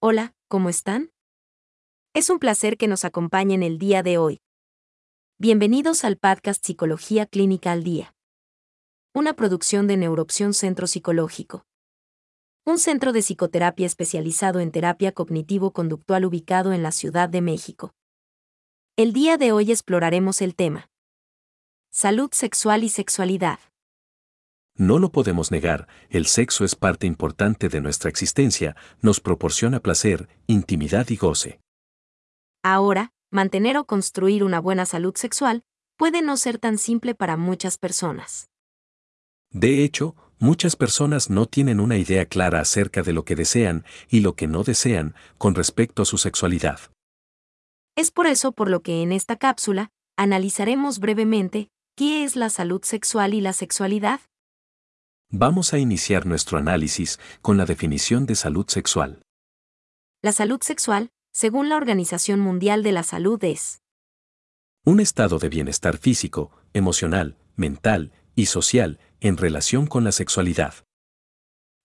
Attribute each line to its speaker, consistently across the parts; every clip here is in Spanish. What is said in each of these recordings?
Speaker 1: Hola, ¿cómo están? Es un placer que nos acompañen el día de hoy. Bienvenidos al podcast Psicología Clínica al Día. Una producción de Neuroopción Centro Psicológico. Un centro de psicoterapia especializado en terapia cognitivo-conductual ubicado en la Ciudad de México. El día de hoy exploraremos el tema. Salud sexual y sexualidad.
Speaker 2: No lo podemos negar, el sexo es parte importante de nuestra existencia, nos proporciona placer, intimidad y goce.
Speaker 1: Ahora, mantener o construir una buena salud sexual puede no ser tan simple para muchas personas.
Speaker 2: De hecho, muchas personas no tienen una idea clara acerca de lo que desean y lo que no desean con respecto a su sexualidad.
Speaker 1: Es por eso por lo que en esta cápsula analizaremos brevemente qué es la salud sexual y la sexualidad
Speaker 2: Vamos a iniciar nuestro análisis con la definición de salud sexual.
Speaker 1: La salud sexual, según la Organización Mundial de la Salud, es
Speaker 2: Un estado de bienestar físico, emocional, mental y social en relación con la sexualidad.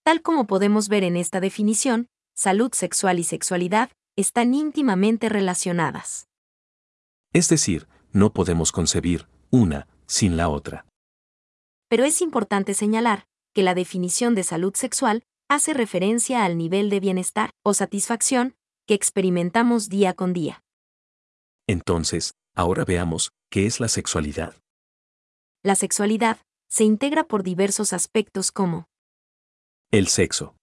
Speaker 1: Tal como podemos ver en esta definición, salud sexual y sexualidad están íntimamente relacionadas.
Speaker 2: Es decir, no podemos concebir una sin la otra.
Speaker 1: Pero es importante señalar que la definición de salud sexual hace referencia al nivel de bienestar o satisfacción que experimentamos día con día.
Speaker 2: Entonces, ahora veamos qué es la sexualidad.
Speaker 1: La sexualidad se integra por diversos aspectos como
Speaker 2: El sexo,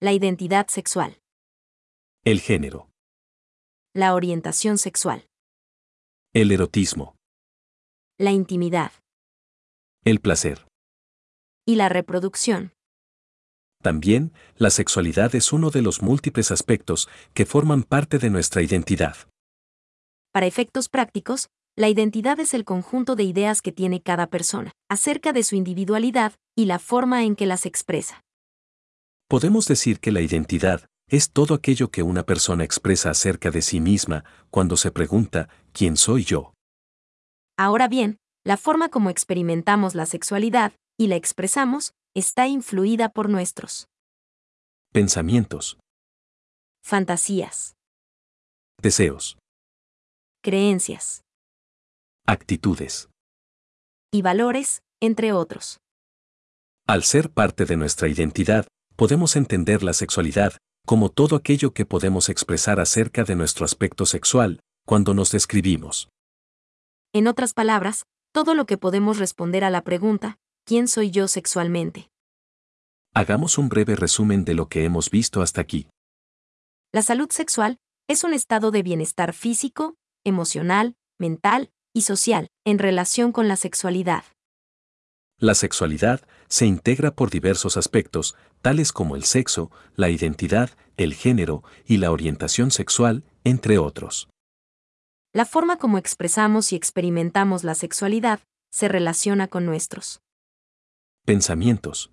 Speaker 1: la identidad sexual,
Speaker 2: el género,
Speaker 1: la orientación sexual,
Speaker 2: el erotismo,
Speaker 1: la intimidad
Speaker 2: el placer.
Speaker 1: y la reproducción.
Speaker 2: También, la sexualidad es uno de los múltiples aspectos que forman parte de nuestra identidad.
Speaker 1: Para efectos prácticos, la identidad es el conjunto de ideas que tiene cada persona acerca de su individualidad y la forma en que las expresa.
Speaker 2: Podemos decir que la identidad es todo aquello que una persona expresa acerca de sí misma cuando se pregunta, ¿quién soy yo?
Speaker 1: Ahora bien, la forma como experimentamos la sexualidad y la expresamos está influida por nuestros
Speaker 2: Pensamientos,
Speaker 1: fantasías,
Speaker 2: deseos,
Speaker 1: creencias
Speaker 2: actitudes.
Speaker 1: y valores, entre otros.
Speaker 2: Al ser parte de nuestra identidad, podemos entender la sexualidad como todo aquello que podemos expresar acerca de nuestro aspecto sexual cuando nos describimos.
Speaker 1: En otras palabras, todo lo que podemos responder a la pregunta, ¿quién soy yo sexualmente?
Speaker 2: Hagamos un breve resumen de lo que hemos visto hasta aquí.
Speaker 1: La salud sexual es un estado de bienestar físico, emocional, mental y social en relación con la sexualidad.
Speaker 2: La sexualidad se integra por diversos aspectos, tales como el sexo, la identidad, el género y la orientación sexual, entre otros.
Speaker 1: La forma como expresamos y experimentamos la sexualidad se relaciona con nuestros
Speaker 2: Pensamientos,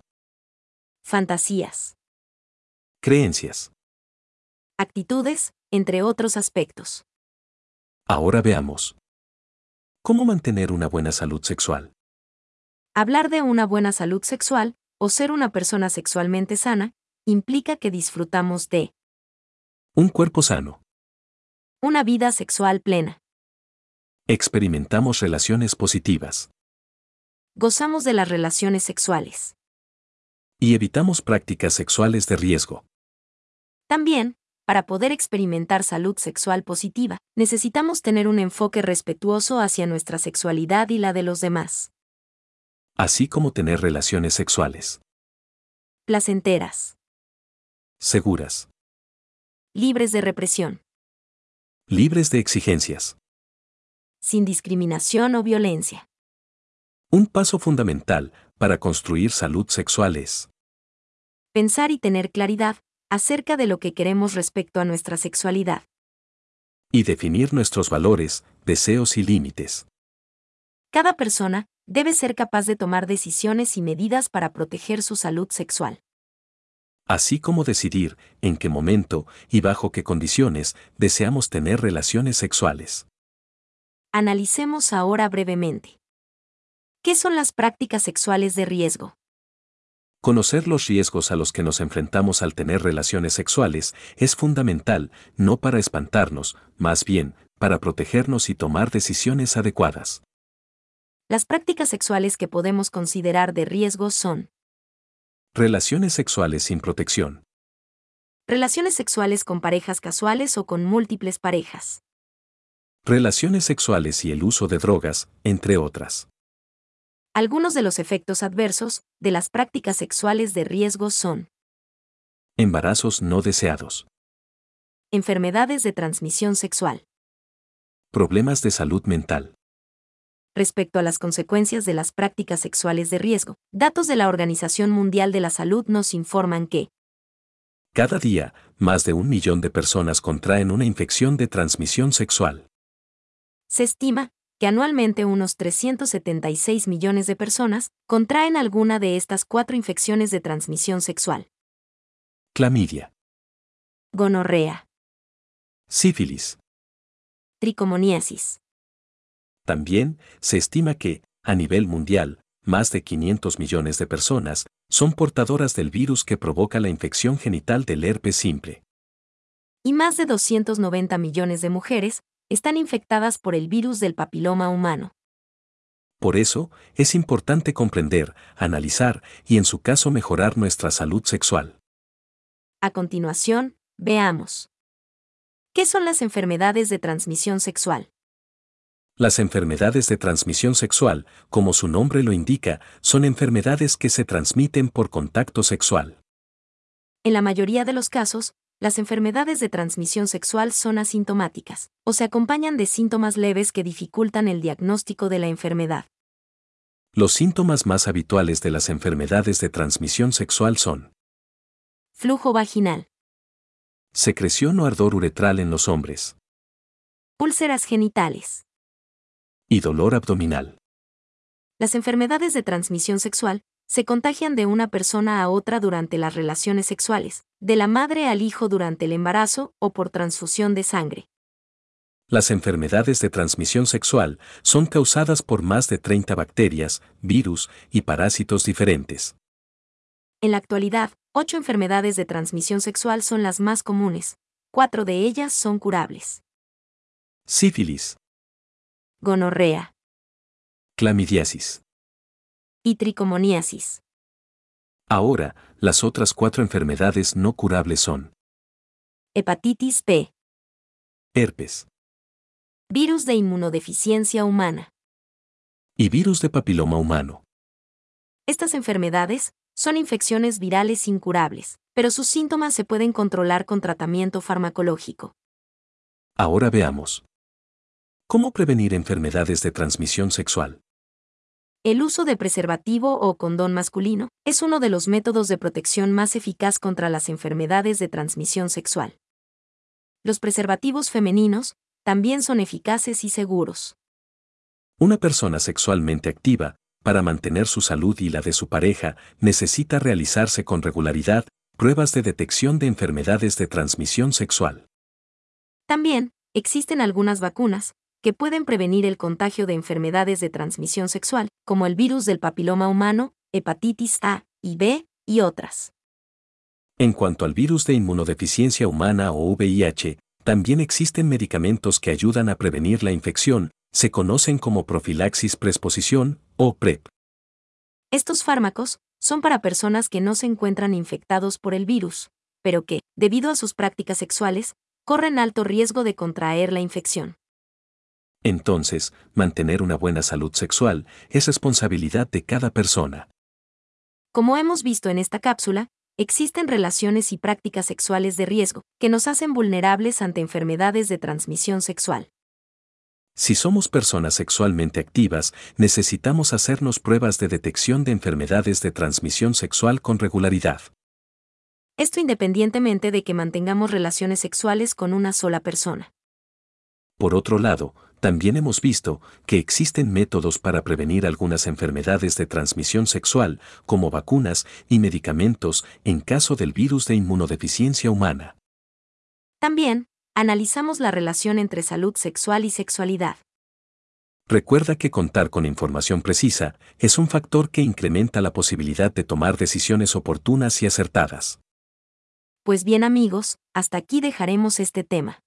Speaker 1: fantasías,
Speaker 2: creencias.
Speaker 1: actitudes, entre otros aspectos.
Speaker 2: Ahora veamos. ¿Cómo mantener una buena salud sexual?
Speaker 1: Hablar de una buena salud sexual o ser una persona sexualmente sana implica que disfrutamos de
Speaker 2: Un cuerpo sano.
Speaker 1: una vida sexual plena,
Speaker 2: Experimentamos relaciones positivas
Speaker 1: gozamos de las relaciones sexuales.
Speaker 2: y evitamos prácticas sexuales de riesgo.
Speaker 1: También, para poder experimentar salud sexual positiva, necesitamos tener un enfoque respetuoso hacia nuestra sexualidad y la de los demás,
Speaker 2: Así como tener relaciones sexuales
Speaker 1: placenteras,
Speaker 2: seguras,
Speaker 1: libres de represión,
Speaker 2: libres de exigencias.
Speaker 1: sin discriminación o violencia.
Speaker 2: Un paso fundamental para construir salud sexual es
Speaker 1: Pensar y tener claridad acerca de lo que queremos respecto a nuestra sexualidad.
Speaker 2: y definir nuestros valores, deseos y límites.
Speaker 1: Cada persona debe ser capaz de tomar decisiones y medidas para proteger su salud sexual.
Speaker 2: Así como decidir en qué momento y bajo qué condiciones deseamos tener relaciones sexuales.
Speaker 1: Analicemos ahora brevemente. ¿Qué son las prácticas sexuales de riesgo?
Speaker 2: Conocer los riesgos a los que nos enfrentamos al tener relaciones sexuales es fundamental, no para espantarnos, más bien, para protegernos y tomar decisiones adecuadas.
Speaker 1: Las prácticas sexuales que podemos considerar de riesgo son
Speaker 2: Relaciones sexuales sin protección.
Speaker 1: relaciones sexuales con parejas casuales o con múltiples parejas,
Speaker 2: Relaciones sexuales y el uso de drogas, entre otras.
Speaker 1: Algunos de los efectos adversos de las prácticas sexuales de riesgo son
Speaker 2: Embarazos no deseados.
Speaker 1: enfermedades de transmisión sexual.
Speaker 2: Problemas de salud mental.
Speaker 1: Respecto a las consecuencias de las prácticas sexuales de riesgo, datos de la Organización Mundial de la Salud nos informan que
Speaker 2: Cada día, más de un millón de personas contraen una infección de transmisión sexual.
Speaker 1: se estima que anualmente unos 376 millones de personas contraen alguna de estas cuatro infecciones de transmisión sexual.
Speaker 2: Clamidia.
Speaker 1: Gonorrea,
Speaker 2: Sífilis.
Speaker 1: tricomoniasis,
Speaker 2: También, se estima que, a nivel mundial, más de 500 millones de personas son portadoras del virus que provoca la infección genital del herpes simple.
Speaker 1: y más de 290 millones de mujeres están infectadas por el virus del papiloma humano.
Speaker 2: Por eso, es importante comprender, analizar y en su caso mejorar nuestra salud sexual.
Speaker 1: A continuación, veamos. ¿Qué son las enfermedades de transmisión sexual?
Speaker 2: Las enfermedades de transmisión sexual, como su nombre lo indica, son enfermedades que se transmiten por contacto sexual.
Speaker 1: En la mayoría de los casos, las enfermedades de transmisión sexual son asintomáticas, o se acompañan de síntomas leves que dificultan el diagnóstico de la enfermedad.
Speaker 2: Los síntomas más habituales de las enfermedades de transmisión sexual son
Speaker 1: Flujo vaginal,
Speaker 2: secreción o ardor uretral en los hombres
Speaker 1: úlceras genitales.
Speaker 2: y dolor abdominal.
Speaker 1: Las enfermedades de transmisión sexual se contagian de una persona a otra durante las relaciones sexuales, de la madre al hijo durante el embarazo o por transfusión de sangre.
Speaker 2: Las enfermedades de transmisión sexual son causadas por más de 30 bacterias, virus y parásitos diferentes.
Speaker 1: En la actualidad, ocho enfermedades de transmisión sexual son las más comunes, cuatro de ellas son curables.
Speaker 2: Sífilis,
Speaker 1: Gonorrea
Speaker 2: clamidiasis.
Speaker 1: y tricomoniasis.
Speaker 2: Ahora, las otras cuatro enfermedades no curables son
Speaker 1: hepatitis B,
Speaker 2: herpes
Speaker 1: virus de inmunodeficiencia humana.
Speaker 2: y virus de papiloma humano.
Speaker 1: Estas enfermedades son infecciones virales incurables, pero sus síntomas se pueden controlar con tratamiento farmacológico.
Speaker 2: Ahora veamos. ¿Cómo prevenir enfermedades de transmisión sexual?
Speaker 1: El uso de preservativo o condón masculino es uno de los métodos de protección más eficaz contra las enfermedades de transmisión sexual. Los preservativos femeninos también son eficaces y seguros.
Speaker 2: Una persona sexualmente activa, para mantener su salud y la de su pareja, necesita realizarse con regularidad pruebas de detección de enfermedades de transmisión sexual.
Speaker 1: También, existen algunas vacunas que pueden prevenir el contagio de enfermedades de transmisión sexual, como el virus del papiloma humano, hepatitis A y B, y otras.
Speaker 2: En cuanto al virus de inmunodeficiencia humana o VIH, también existen medicamentos que ayudan a prevenir la infección, se conocen como profilaxis preexposición o PrEP.
Speaker 1: Estos fármacos son para personas que no se encuentran infectados por el virus, pero que, debido a sus prácticas sexuales, corren alto riesgo de contraer la infección.
Speaker 2: Entonces, mantener una buena salud sexual es responsabilidad de cada persona.
Speaker 1: Como hemos visto en esta cápsula, existen relaciones y prácticas sexuales de riesgo que nos hacen vulnerables ante enfermedades de transmisión sexual.
Speaker 2: Si somos personas sexualmente activas, necesitamos hacernos pruebas de detección de enfermedades de transmisión sexual con regularidad.
Speaker 1: Esto independientemente de que mantengamos relaciones sexuales con una sola persona.
Speaker 2: Por otro lado, también hemos visto que existen métodos para prevenir algunas enfermedades de transmisión sexual, como vacunas y medicamentos en caso del virus de inmunodeficiencia humana.
Speaker 1: También, analizamos la relación entre salud sexual y sexualidad.
Speaker 2: Recuerda que contar con información precisa es un factor que incrementa la posibilidad de tomar decisiones oportunas y acertadas.
Speaker 1: Pues bien amigos, hasta aquí dejaremos este tema.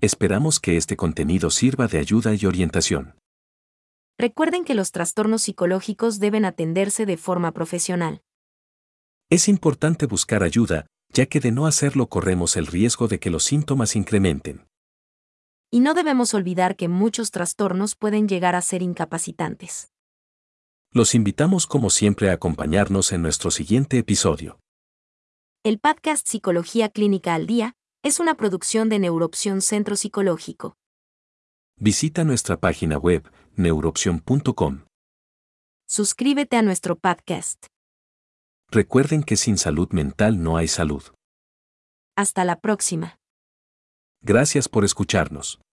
Speaker 2: Esperamos que este contenido sirva de ayuda y orientación.
Speaker 1: Recuerden que los trastornos psicológicos deben atenderse de forma profesional.
Speaker 2: Es importante buscar ayuda, ya que de no hacerlo corremos el riesgo de que los síntomas incrementen.
Speaker 1: Y no debemos olvidar que muchos trastornos pueden llegar a ser incapacitantes.
Speaker 2: Los invitamos como siempre a acompañarnos en nuestro siguiente episodio.
Speaker 1: El podcast Psicología Clínica al Día es una producción de Neuroopción Centro Psicológico.
Speaker 2: Visita nuestra página web, neuroopción.com.
Speaker 1: Suscríbete a nuestro podcast.
Speaker 2: Recuerden que sin salud mental no hay salud.
Speaker 1: Hasta la próxima.
Speaker 2: Gracias por escucharnos.